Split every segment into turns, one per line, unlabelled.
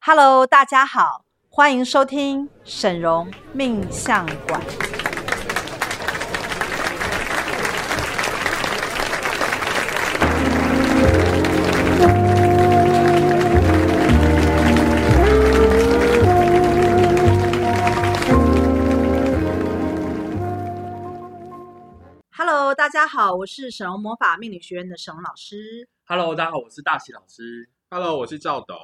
Hello，大家好，欢迎收听沈荣命相馆。Hello，大家好，我是沈荣魔法命理学院的沈荣老师。
Hello，大家好，我是大喜老师。
Hello，我是赵董。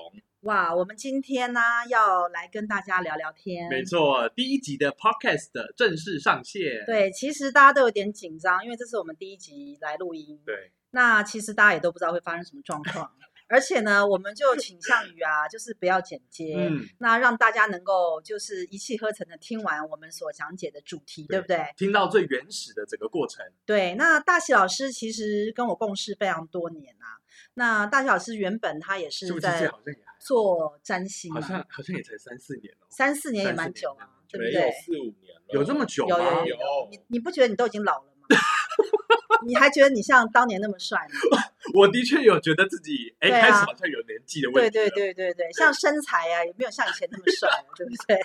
哇，我们今天呢、要来跟大家聊聊天。
没错，第一集的 Podcast 的正式上线。
对，其实大家都有点紧张，因为这是我们第一集来录音。
对，
那其实大家也都不知道会发生什么状况，而且呢，我们就倾向于啊，就是不要剪接，
嗯，
那让大家能够就是一气呵成的听完我们所讲解的主题，对不对？
听到最原始的整个过程。
对，那大喜老师其实跟我共事非常多年啊。那大喜老师原本他也
是
是
不是？
在
好像也还
做占星
好
嘛，
像好像也才三四年哦，
三四年也
三四
蛮
年
久
了
了，对
没
不
有
对？
四五年了，
有这么久
有
吗？
有
有
你你不觉得你都已经老了吗？ 你还觉得你像当年那么帅吗？
我的确有觉得自己哎，
对啊
开始好像有年纪的问
对
题。
对。对对对，像身材啊，也没有像以前那么帅了，对不 对？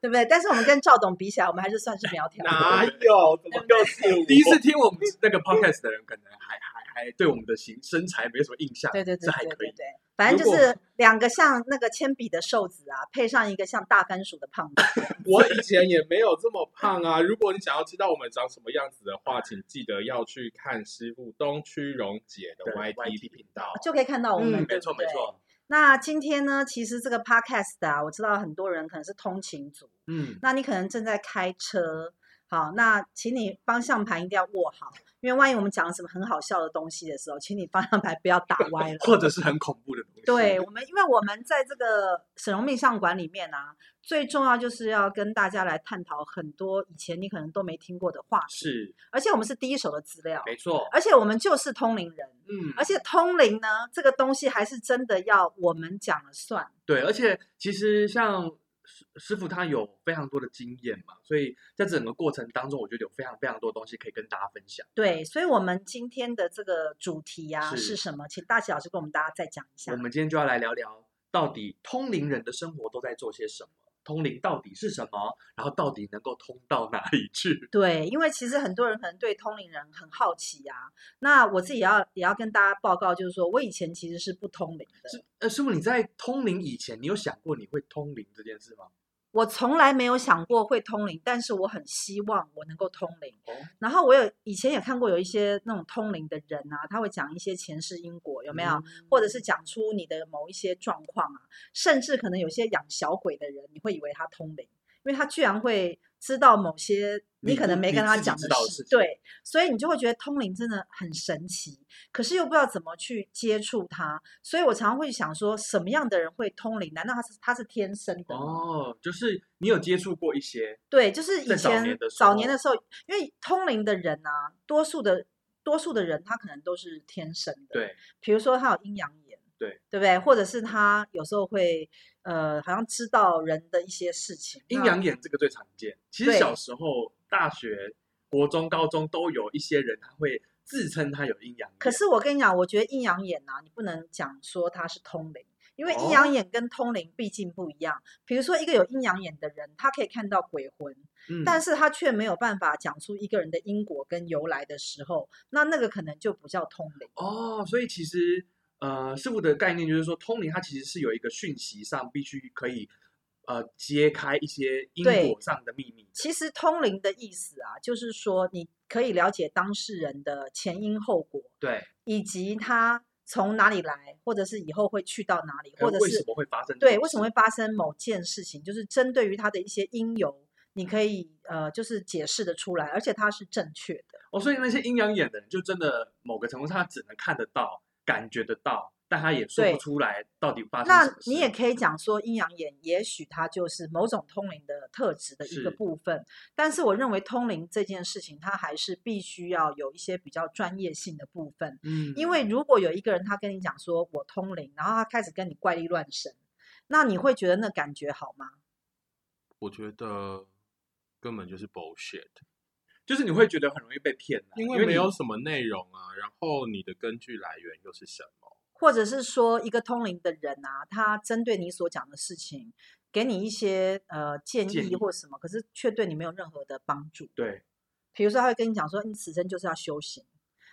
对不对？但是我们跟赵董比起来，我们还是算是苗条的。
哪有？怎么又四 五？
第一次听我们那个 podcast 的人，可能还还还对我们的形身材没什么印象，
对对对
这还
对
可
对
以。
对，反正就
如果
是两个像那个铅笔的瘦子啊，配上一个像大番薯的胖子。
我以前也没有这么胖啊。如果你想要知道我们长什么样子的话，请记得要去看师傅东区荣姐的
对
YT
YT
频道。
就可以看到我们，
嗯，
对
没
不
错没
对。
错，
那今天呢，其实这个 podcast 啊，我知道很多人可能是通勤族，
嗯，
那你可能正在开车，好，那请你方向盘一定要握好，因为万一我们讲了什么很好笑的东西的时候，请你方向盘不要打歪了
。或者是很恐怖的东西。
对我们，因为我们在这个沈荣命相馆里面啊，最重要就是要跟大家来探讨很多以前你可能都没听过的话题，
是
而且我们是第一手的资料，
没错，
而且我们就是通灵人，
嗯，
而且通灵呢这个东西还是真的要我们讲了算。
对，而且其实像师师傅他有非常多的经验嘛，所以在整个过程当中，我觉得有非常非常多东西可以跟大家分享。
对，所以，我们今天的这个主题啊
是
是什么？请大喜老师跟我们大家再讲一下
我。们今天就要来聊聊，到底通灵人的生活都在做些什么？通灵到底是什么？然后到底能够通到哪里去？
对，因为其实很多人可能对通灵人很好奇啊。那我
嗯
自己也要也要跟大家报告，就是说我以前其实是不通灵的，
是呃，师傅你在通灵以前，你有想过你会通灵这件事吗？
我从来没有想过会通灵，但是我很希望我能够通灵。
哦，
然后我有以前也看过有一些那种通灵的人啊，他会讲一些前世因果，有没
嗯
有？或者是讲出你的某一些状况啊，甚至可能有些养小鬼的人，你会以为他通灵，因为他居然会知道某些你
你
可能
不
没
你
跟他
自己
讲的
知道的
事
事，情
对，所以你就会觉得通灵真的很神奇，可是又不知道怎么去接触它，所以我常常会想说，什么样的人会通灵？难道他是他是天生的吗？
哦，就是你有接触过一些，
对，就是以
在
前
早年的时
早年
候
的时候，因为通灵的人啊，多数的多数的人他可能都是天生的，，
对，
比如说他有阴阳眼，
对，
对不对？或者是他有时候会呃，好像知道人的一些事情。
阴
那
阳眼这个最常见。其
嗯
实
对
小时候、大学、国中、高中都有一些人，他会自称他有阴阳眼。
可是我跟你讲，我觉得阴阳眼啊，你不能讲说它是通灵，因为阴
哦
阳眼跟通灵毕竟不一样。比如说，一个有阴阳眼的人，他可以看到鬼魂，
嗯，
但是他却没有办法讲出一个人的因果跟由来的时候，那那个可能就不叫通灵。
哦，所以其实呃，师傅的概念就是说，通灵它其实是有一个讯息上必须可以呃揭开一些因
对
果上的秘密。
其实通灵的意思啊，就是说你可以了解当事人的前因后果，
对，
以及他从哪里来，或者是以后会去到哪里，
还有
或者
呃为什
是
么会发生这
对
种
为什么
事
会发生某件事情，就是针对于他的一些因由，你可以呃就是解释的出来，而且它是正确的。
哦，所以那些阴阳眼的人，就真的某个程度上，他只能看得到、感觉得到，但他也说
对
不出来到底发生什
那
么事。
你也可以讲说，阴阳眼也许它就是某种通灵的特质的一个
是
部分，但是我认为通灵这件事情，它还是必须要有一些比较专业性的部分。
嗯，
因为如果有一个人他跟你讲说我通灵，然后他开始跟你怪力乱神，那你会觉得那感觉好吗？
我觉得根本就是 bullshit，
就是你会觉得很容易被骗、啊，
因
因
为
你
没有什么内容啊，然后你的根据来源又是什么？
或者是说一个通灵的人啊，他针对你所讲的事情，给你一些呃建
建
议
议
或什么，可是却对你没有任何的帮助。
对，
比如说，他会跟你讲说，你此生就是要修行，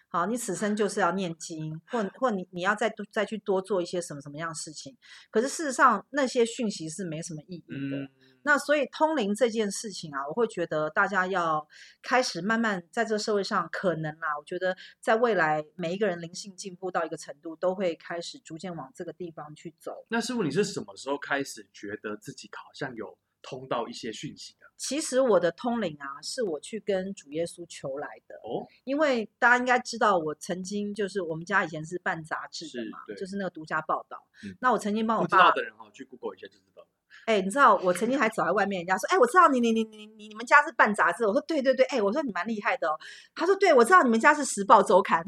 好，你此生就是要念经，或或你你要再多再去多做一些什么什么样的事情。可是事实上，那些讯息是没什么意义的。
嗯，
那所以通灵这件事情啊，我会觉得大家要开始慢慢在这个社会上，可能啊啦，我觉得在未来每一个人灵性进步到一个程度，都会开始逐渐往这个地方去走。
那师傅你是什么时候开始觉得自己好像有通到一些讯息的？
其实我的通灵啊，是我去跟主耶稣求来的。
哦，
因为大家应该知道，我曾经就是我们家以前是办杂志的
是
嘛，
对
就是那个独家报道。
嗯
那我曾经帮我
不知
爸
道，的人哦哈，去 Google 一下就知道了。
哎，你知道我曾经还走在外面，人家说，哎，我知道你你你你你你们家是办杂志，我说对对对，哎，我说你蛮厉害的哦。他说对，我知道你们家是时报周刊。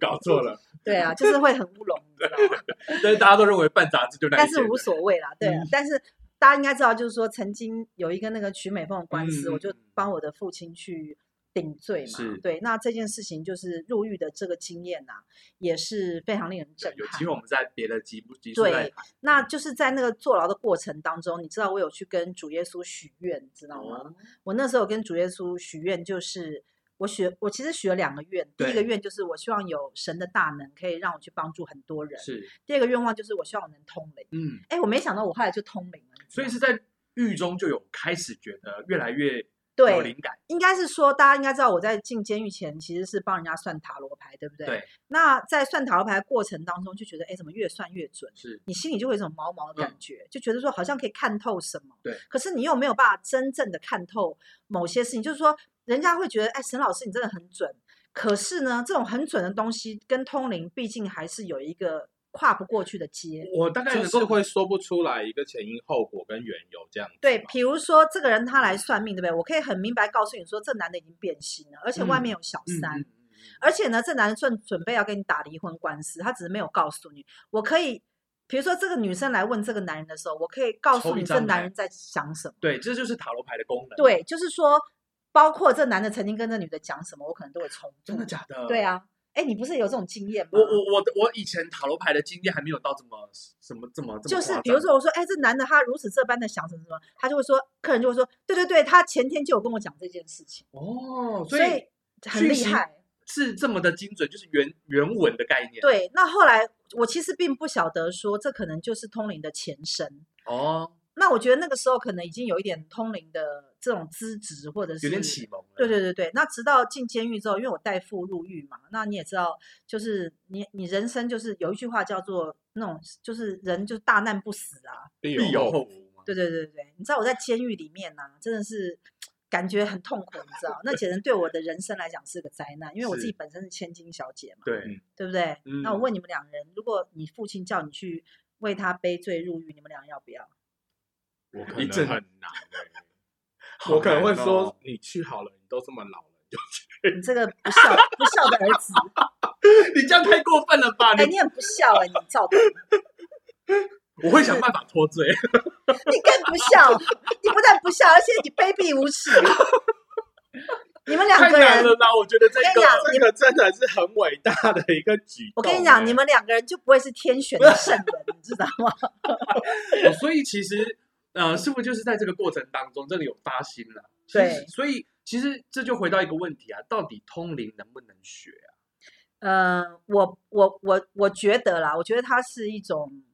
搞错了，
对啊，就是会很乌龙，你知道吗？
但是大家都认为办杂志 就那一
但是
件
无
的嗯
所谓啦，对啊，但是。大家应该知道，就是说曾经有一个那个曲美凤的官司，
嗯
我就
嗯嗯
帮我的父亲去顶罪嘛
是。
对，那这件事情就是入狱的这个经验呐、也是非常令人震
对有嗯
撼
机。会我们在别的集不集数
对
再谈
那就是在那个坐牢的过程当中，你知道我有去跟主耶稣许愿，知道吗？
哦
我那时候有跟主耶稣许愿，就是我许我其实许了两个愿，第一个
对
愿就是我希望有神的大能可以让我去帮助很多人，
是
第二个愿望就是我希望我能通灵。
嗯，
哎，我没想到我后来就通灵了，你知
所以
道
是
吗
在狱中就有开始觉得越来越有
对，
灵感，
应该是说大家应该知道我在进监狱前其实是帮人家算塔罗牌，对不对？
对，
那在算塔罗牌的过程当中，就觉得哎，怎么越算越准？
是
你心里就会有一种毛毛的感
嗯
觉，就觉得说好像可以看透什么，
对，
可是你又没有办法真正的看透某些事情，就是说人家会觉得，哎，沈老师你真的很准，可是呢，这种很准的东西跟通灵毕竟还是有一个跨不过去的阶。
我大概
就
能
是
够
会说不出来一个前因后果跟缘由这样子吗。
对，比如说这个人他
嗯
来算命，对不对？我可以很明白告诉你说，这男的已经变心了，而且外
嗯
面有小
嗯
三，
嗯嗯嗯
而且呢，这男人正准备要跟你打离婚官司，他只是没有告诉你。我可以，比如说这个女生来问这个男人的时候，我可以告
抽
诉
一
你这
张
男
牌
人在想什么。
对，这就是塔罗牌的功能。，
对，就是说，包括这男的曾经跟这女的讲什么，我可能都会重
真的
复
假的？
对。啊，哎，你不是有这种经验吗？
我我我的我以前塔罗牌的经验还没有到这么什么这么这么
就是
夸
比如
张
说，我说，哎，这男的他如此这般的想什么什么，他就会说，客人就会说，对对对，他前天就有跟我讲这件事情，
哦，
所
所以
很
讯
厉
息
害。
是这么的精准，就是原原文的概念。
对，那后来我其实并不晓得说这可能就是通灵的前身。
哦，
那我觉得那个时候可能已经有一点通灵的这种资质，或者是
有点启蒙了。
对对对对，那直到进监狱之后，因为我代父入狱嘛，那你也知道，就是你你人生就是有一句话叫做那种，就是人就大难不死啊。
必
必有后
后
福嘛。
对对对对，你知道我在监狱里面呢、真的是感觉很痛苦，你知道，那简直对我的人生来讲是个灾难，因为我自己
是
本身是千金小姐嘛，
嗯
对，
对不对？那我
嗯
问你们两人，如果你父亲叫你去为他背罪入狱，你们俩要不 要？
我可
一
能
阵
很难欸，
好
我可能
难哦
会说你去好了，你都这么老了，就
你这个不孝不孝的儿子，
你这样太过分了 吧？
哎，
你
你很不孝哎、你照本。
我会想办法脱 罪。
你更不孝，你不但不孝，而且你卑鄙无耻。你们两
太
个
难
人
了，啦！我觉得这
我跟你
个
讲
这个真的是很伟大的一个举动欸。
我跟你讲，你们两个人就不会是天选的圣人，你知道吗？
哦所以其实呃，师傅就是在这个过程当中真的有发心了。其实
对
所以其实这就回到一个问题啊，到底通灵能不能学啊？
嗯，我我我我觉得啦，我觉得它是一种，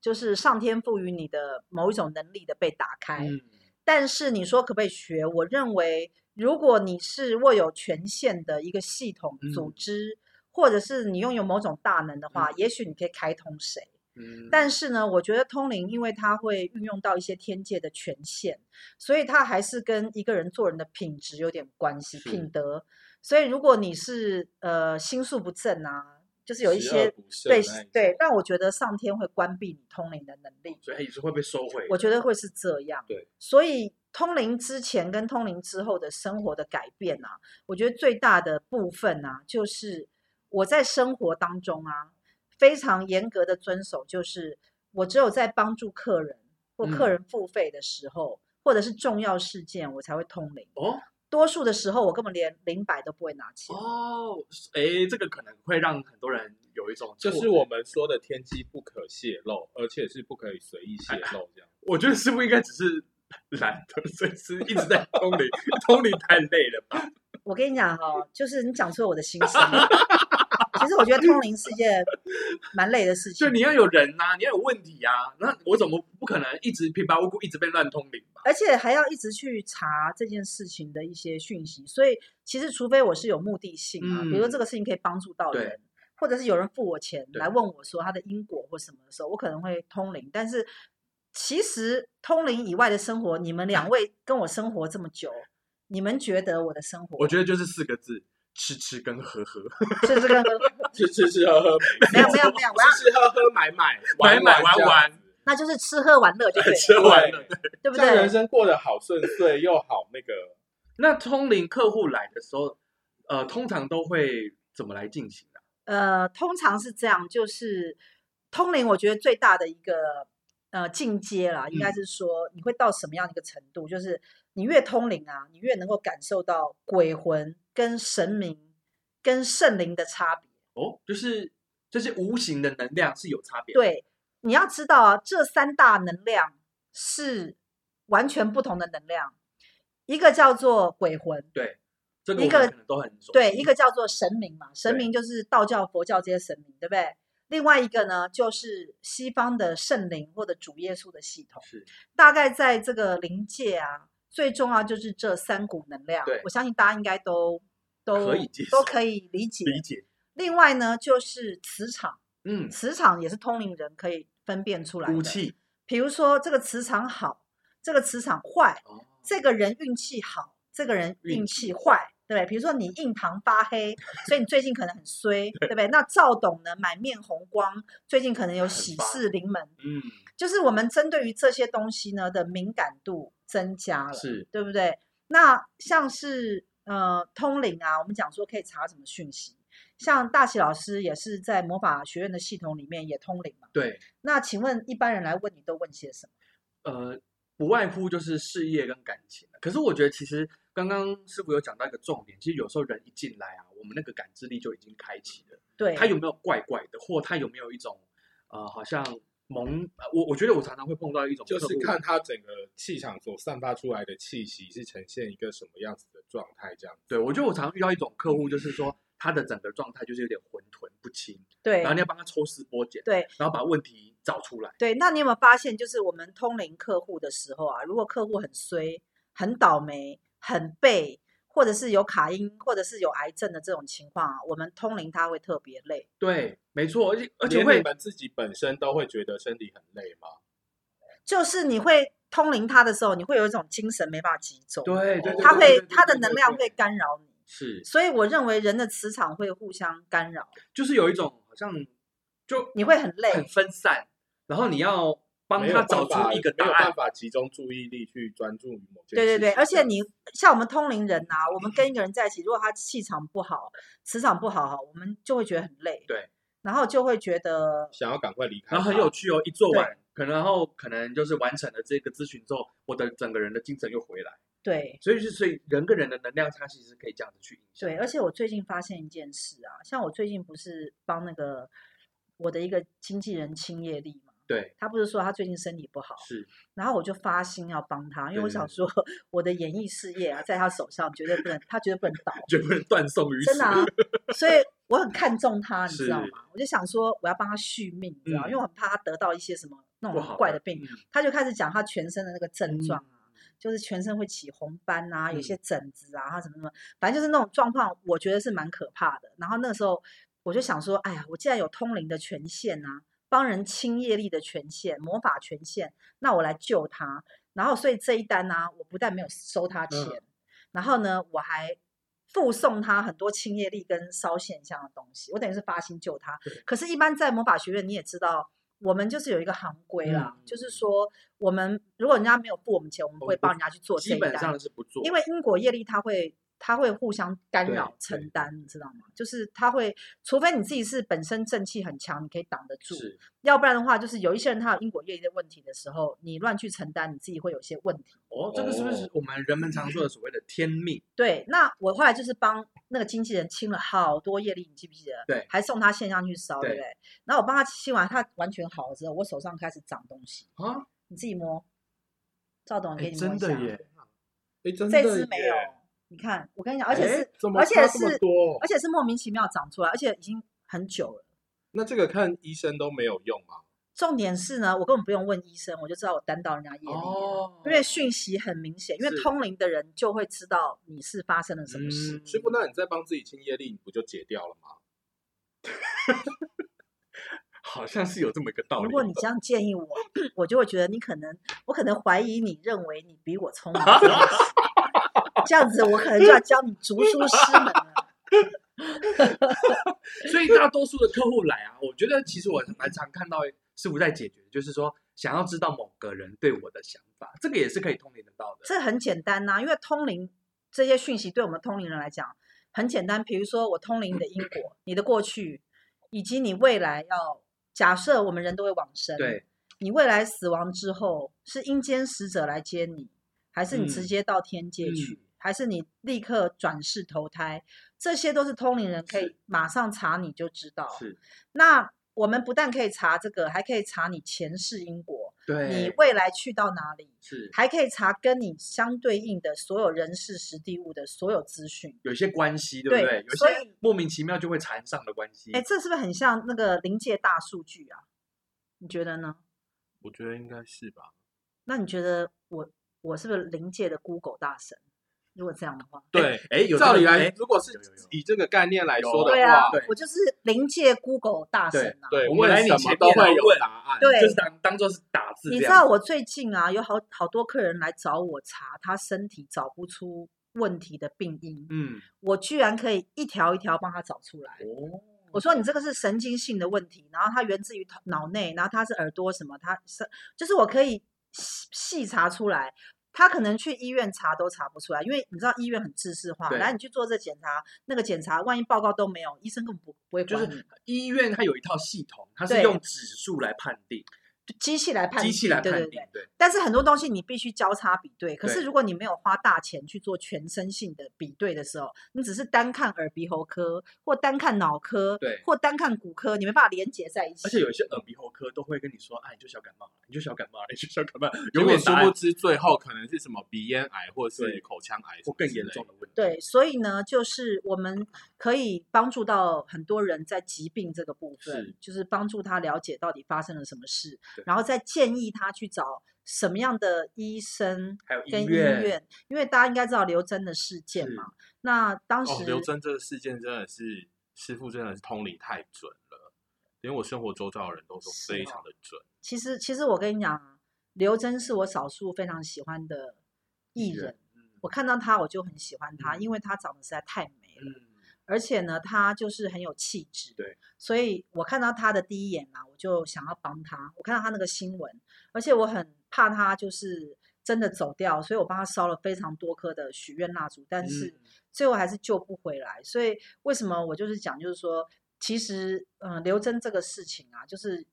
就是上天赋予你的某一种能力的被打开。
嗯，
但是你说可不可以学？我认为，如果你是握有权限的一个系统组
嗯
织，或者是你拥有某种大能的话，
嗯
也许你可以开通谁。
嗯
但是呢，我觉得通灵，因为它会运用到一些天界的权限，所以它还是跟一个人做人的品质有点关系，品
是
德。所以如果你是呃心术不正啊，就是有一
十恶
些
不赦
对
那一
对
种，
那我觉得上天会关闭你通灵的能力，
所以也是会被收回。
我觉得会是这样。
对，
所以通灵之前跟通灵之后的生活的改变啊，我觉得最大的部分啊，就是我在生活当中啊，非常严格的遵守，就是我只有在帮助客人或客
嗯
人付费的时候，或者是重要事件，我才会通灵。
哦，
多数的时候我根本连零百都不会拿钱。
哦，哎，这个可能会让很多人有一种错
就
觉，
是我们说的天机不可泄露，而且是不可以随意泄 露这样。
我觉得是不是应该只是懒得， 所以是一直在通灵，通灵太累了吧？
我跟你讲哈、就是你讲出了我的心声 了。其实我觉得通灵是一件蛮累的事情
就，你要有人呐、你要有问题啊，那我怎么不可能一直平白无故一直被乱通灵吧？
而且还要一直去查这件事情的一些讯息。所以其实，除非我是有目的性啊，比如说这个事情可以帮助到
嗯对
人，或者是有人付我钱
对
来问我说他的因果或什么的时候，我可能会通灵。但是其实通灵以外的生活，你们
嗯
两位跟我生活这么久，你们觉得我的生活，
我觉得就是四个字：吃吃跟喝喝，
得是这个
是吃吃喝喝，
没有没有没有，我要
吃吃喝喝买买
买买玩
玩
玩，
那就是吃喝玩乐就 对
吃
了，
完了。
对不
这样，这样
对
人？生过得好顺遂又好那个。
那通灵客户来的时候，呃，通常都会怎么来进行啊？
呃，通常是这样，就是通灵，我觉得最大的一个呃进阶啦，应该
嗯
是说你会到什么样的一个程度？就是你越通灵啊，你越能够感受到鬼魂跟神明跟圣灵的差别。
哦，就是这些无形的能量是有差别的。
对，你要知道啊，这三大能量是完全不同的能量，一个叫做鬼魂，
这个
一
我
个
们可能都很熟悉。
对，一个叫做神明嘛，神
对
明就是道教、佛教这些神明，对不对？另外一个呢，就是西方的圣灵或者主耶稣的系统。
是
大概在这个灵界啊，最重要就是这三股能量
对。
我相信大家应该都都
可以接
都
受
可以理解。
理解。
另外呢，就是磁场，
嗯，
磁场也是通灵人可以分辨出来的。
武器
比如说这个磁场好，这个磁场坏，
哦，
这个人运气好，这个人
运
运
气
气坏，对不对？比如说你印堂发黑，所以你最近可能很 衰，对不对？那赵董呢，满面红光，最近可能有
很
喜
发
事临门。
嗯，
就是我们针对于这些东西呢的敏感度增加了，
是
对不对？那像是呃通灵啊，我们讲说可以查什么讯息，像大喜老师也是在魔法学院的系统里面也通灵嘛。
对，
那请问一般人来问你都问些什么？
呃，不外乎就是事业跟感情。啊可是我觉得其实刚刚师傅有讲到一个重点，其实有时候人一进来啊，我们那个感知力就已经开启了。
对，
他有没有怪怪的，或他有没有一种呃，好像蒙呃我我觉得我常常会碰到一种
就是
客户
看他整个气场所散发出来的气息是呈现一个什么样子的状态，这样。
对我觉得我常遇到一种客户，就是说他的整个状态就是有点混沌不清，
对
然后你要帮他抽丝剥茧，
对，
然后把问题找出来。
对，那你有没有发现，就是我们通灵客户的时候啊，如果客户很衰、很倒霉、很背，或者是有卡因，或者是有癌症的这种情况啊，我们通灵他会特别累。
对，没错，而且而且
连
会
你们自己本身都会觉得身体很累吗？
就是你会通灵他的时候，你会有一种精神没办法集中，
对对，对
他
对
会
对
他
对
的
对
能
对
量
对
会干扰你。
是，
所以我认为人的磁场会互相干扰，
就是有一种好像就
你会很累。
很分散，然后你
嗯
要帮
没有
他
办
找
法
出一个
没
答
有办
案。
法集中注意力去专注于某件事情。
对对对，而且你
这样
像我们通灵人呐、我们跟一个人在一起，如果他气场不好、磁场不好哈，我们就会觉得很累。
对，
然后就会觉得
想要赶快离开他，
然后很有趣哦，一做
对
完，可能然后可能就是完成了这个咨询之后，我的整个人的精神又回来，
对
所以是所以人跟人的能量差其实是可以这样子去影响。
对，而且我最近发现一件事啊，像我最近不是帮那个我的一个经纪人清业力嘛，
对，
他不是说他最近身体不好，
是
然后我就发心要帮他，因为我
对
想
对
说 我的演艺事业啊，在他手上绝对不能，他绝对不能倒。
绝不能断送于此。
真的 啊，所以我很看重他，你知道
是
吗？我就想说我要帮他续命，你知道吗，因为
嗯
我很怕他得到一些什么那
不
种
好
很怪的病。
嗯
他就开始讲他全身的那个症状啊，
嗯
就是全身会起红斑啊，有
嗯
些疹子啊，他什么什么，反正就是那种状况，我觉得是蛮可怕的。然后那个时候我就想说，哎呀，我既然有通灵的权限啊，帮人清业力的权限、魔法权限，那我来救他。然后所以这一单呢、我不但没有收他钱，
嗯
然后呢，我还。附送他很多清业力跟烧现象的东西，我等于是发心救他
对。
可是，一般在魔法学院，你也知道，我们就是有一个行规啦，
嗯
就是说我们如果人家没有付我们钱，我们不
我
会
们不
帮人家去做这
基
一
本
单
上是不做，
因为因果业力它会他会互相干
对
扰
对
承担，你知道吗？就是他会，除非你自己是本身正气很强，你可以挡得住，
是
要不然的话，就是有一些人他有因果业力的问题的时候，你乱去承担，你自己会有些问题。
哦，这个是不是
哦
我们人们常说的所谓的天命？
对，那我后来就是帮那个经纪人清了好多业力，你记不记得？
对
还送他线上去烧，对不
对
对？然后我帮他清完，他完全好了之后，我手上开始长东西，
啊，
你自己摸，赵董，给
哎，
你摸
真
一下。
的耶，
哎，真的
这只没有
耶，
你看，我跟你讲，而且
哎
是，
怎么
而且
差这么
是
多哦
而且是莫名其妙长出来，而且已经很久了。
那这个看医生都没有用吗？
重点是呢，我根本不用问医生，我就知道我担到人家业力了。
哦，
因为讯息很明显，因为
是
通灵的人就会知道你是发生了什么事。
嗯
师傅，那你再帮自己清业力，你不就解掉了吗？
好像是有这么一个道理。
如果你这样建议我， 我就会觉得你可能，我可能怀疑你认为你比我 聪明这件事，这样子我可能就要教你逐出师门了。
所以大多数的客户来啊，我觉得其实我蛮常看到师傅在解决，就是说想要知道某个人对我的想法，这个也是可以通灵得到的。
这很简单呐、因为通灵这些讯息对我们通灵人来讲很简单。比如说我通灵你的因果、你的过去，以及你未来要假设我们人都会往生，
对，
你未来死亡之后是阴间使者来接你，还是你直
嗯
接到天界去，
嗯
还是你立刻转世投胎，这些都是通灵人可以
是
马上查你就知道。
是，
那我们不但可以查这个，还可以查你前世因果，
对，
你未来去到哪里。
是
还可以查跟你相对应的所有人事、实地物的所有资讯。
有一些关系，对不
对
对？有
所
些
以
莫名其妙就会缠上的关系。
哎，这是不是很像那个临界大数据啊？你觉得呢？
我觉得应该是吧。
那你觉得我我是不是临界的 Google 大神？如果这样的话，
对，
哎，有这
照
个
理来
哎，
如果是
有有有
以这个概念来说
有
的
对啊
话，
对，
我就是临界 Google 大神啊。
对，
我们来你
什
前面
么都会
来
有
问
答案。
对
就是当当做是打字这
你
样子。
知道我最近啊，有好好多客人来找我查他身体找不出问题的病因，
嗯，
我居然可以一条一条帮他找出来。
哦，
我说你这个是神经性的问题，然后它源自于头脑内，然后它是耳朵什么，它是就是我可以细细查出来。他可能去医院查都查不出来，因为你知道医院很制式化，
对
来你去做这检查那个检查，万一报告都没有，医生根本不不会
就
管你，
是医院它有一套系统，它是
对
用指数来判定，
就机器来判
机器来
对
判
对
定
对。，
对，
但是很多东西你必须交叉比对，可是
对
如果你没有花大钱去做全身性的比对的时候，你只是单看耳鼻喉科或单看脑科，
对
或单看骨科，你没办法连接在一起。
而且有一些耳鼻喉科都会跟你说，哎，你就小感冒，你就小感冒，你就小感冒，
结
永
果
远
殊
答案
不知最后可能是什么鼻咽癌或是
对
口腔癌
或更严重
的。
的问题。
对，所以呢，就是我们可以帮助到很多人在疾病这个部分
是，
就是帮助他了解到底发生了什么事
对，
然后再建议他去找什么样的医生
还有
跟医
医院，
院，因为大家应该知道刘真的事件
是
嘛。那当时、
哦，刘真这个事件真的是师傅真的是通理太准了，连我生活周遭的人都说
是
非
哦
常的准。
其实其实我跟你讲啊，刘真是我少数非常喜欢的艺
人
人，我看到他我就很喜欢他，
嗯
因为他长得实在太美了。
嗯，
而且呢，他就是很有气质，
对，
所以我看到他的第一眼啊，我就想要帮他。我看到他那个新闻，而且我很怕他就是真的走掉，所以我帮他烧了非常多颗的许愿蜡烛，但是
嗯
最后还是救不回来。所以为什么我就是讲，就是说，其实嗯、呃刘真这个事情啊，就是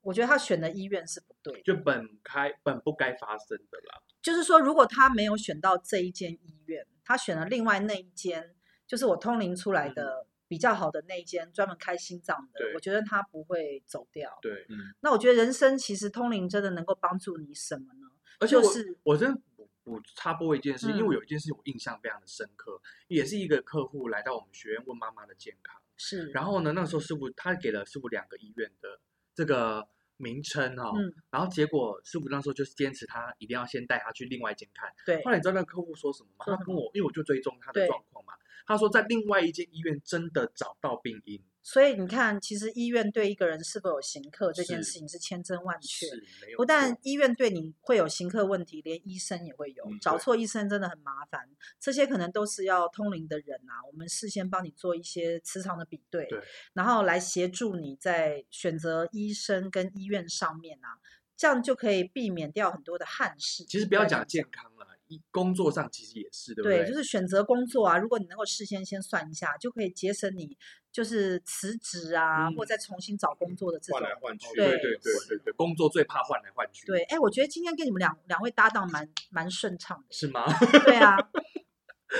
我觉得他选的医院是不对的，
就本开本不该发生的啦。
就是说，如果他没有选到这一间医院，他选了另外那一间，就是我通灵出来的比较好的那一间，专门开心脏的，
嗯对
我觉得他不会走掉。
对，
嗯，
那我觉得人生其实通灵真的能够帮助你什么呢？
而且
就
我
是
我真的补补插播一件事，因为
嗯
我有一件事我印象非常的深刻，也是一个客户来到我们学院问妈妈的健康，
是，
然后呢，那时候师傅他给了师傅两个医院的这个名称哦，
嗯，
然后结果师傅那时候就是坚持他一定要先带他去另外一间看。
对
后，来你知道那个客户说什么吗？
说
他
什
跟我，因为我就追踪他
对
的状况嘛，他说在另外一间医院真的找到病因，
所以你看，其实医院对一个人是否有行客这件
是
事情是千真万确。
是没有
不但
错
医院对你会有行客问题，连医生也会有，
嗯
找
对
错医生真的很麻烦。这些可能都是要通灵的人啊，我们事先帮你做一些磁场的比对，
对
然后来协助你在选择医生跟医院上面啊，这样就可以避免掉很多的憾事。
其实不要
对
讲健康啦，一工作上其实也是，对不
对，就是选择工作啊，如果你能够事先先算一下，就可以节省你就是辞职啊，或
嗯
再重新找工作的这
换
种。
来换去，
哦对对
对
对对对对，工作最怕换来换去，
对，，哎，我觉得今天跟你们两两位搭档蛮蛮顺畅的。
是吗？
对啊，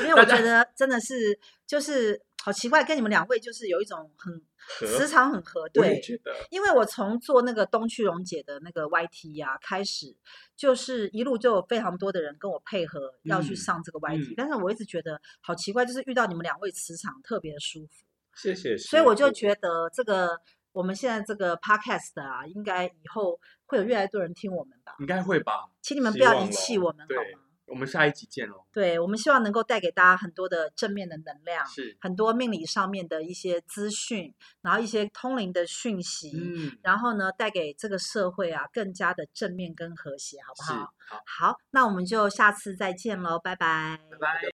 因为我
大家
觉得真的是就是好奇怪，跟你们两位就是有一种很磁场很合，
我也
对，
觉得
因为我从做那个东区荣姐的那个 YT 啊开始，就是一路就有非常多的人跟我配合要去
嗯
上这个 YT，、
嗯
但是我一直觉得好奇怪，就是遇到你们两位磁场特别舒服，
谢谢师傅，
所以我就觉得这个我们现在这个 podcast 啊，应该以后会有越来越多人听我们吧，
应该会吧。
请你们
希
不要
望
遗弃
咯
我们好
对
吗？
我们下一集见喽。
对，我们希望能够带给大家很多的正面的能量，
是，
很多命理上面的一些资讯，然后一些通灵的讯息，
嗯，
然后呢，带给这个社会啊更加的正面跟和谐，好不
是，
好？
好，
好，那我们就下次再见喽，拜拜。
拜拜。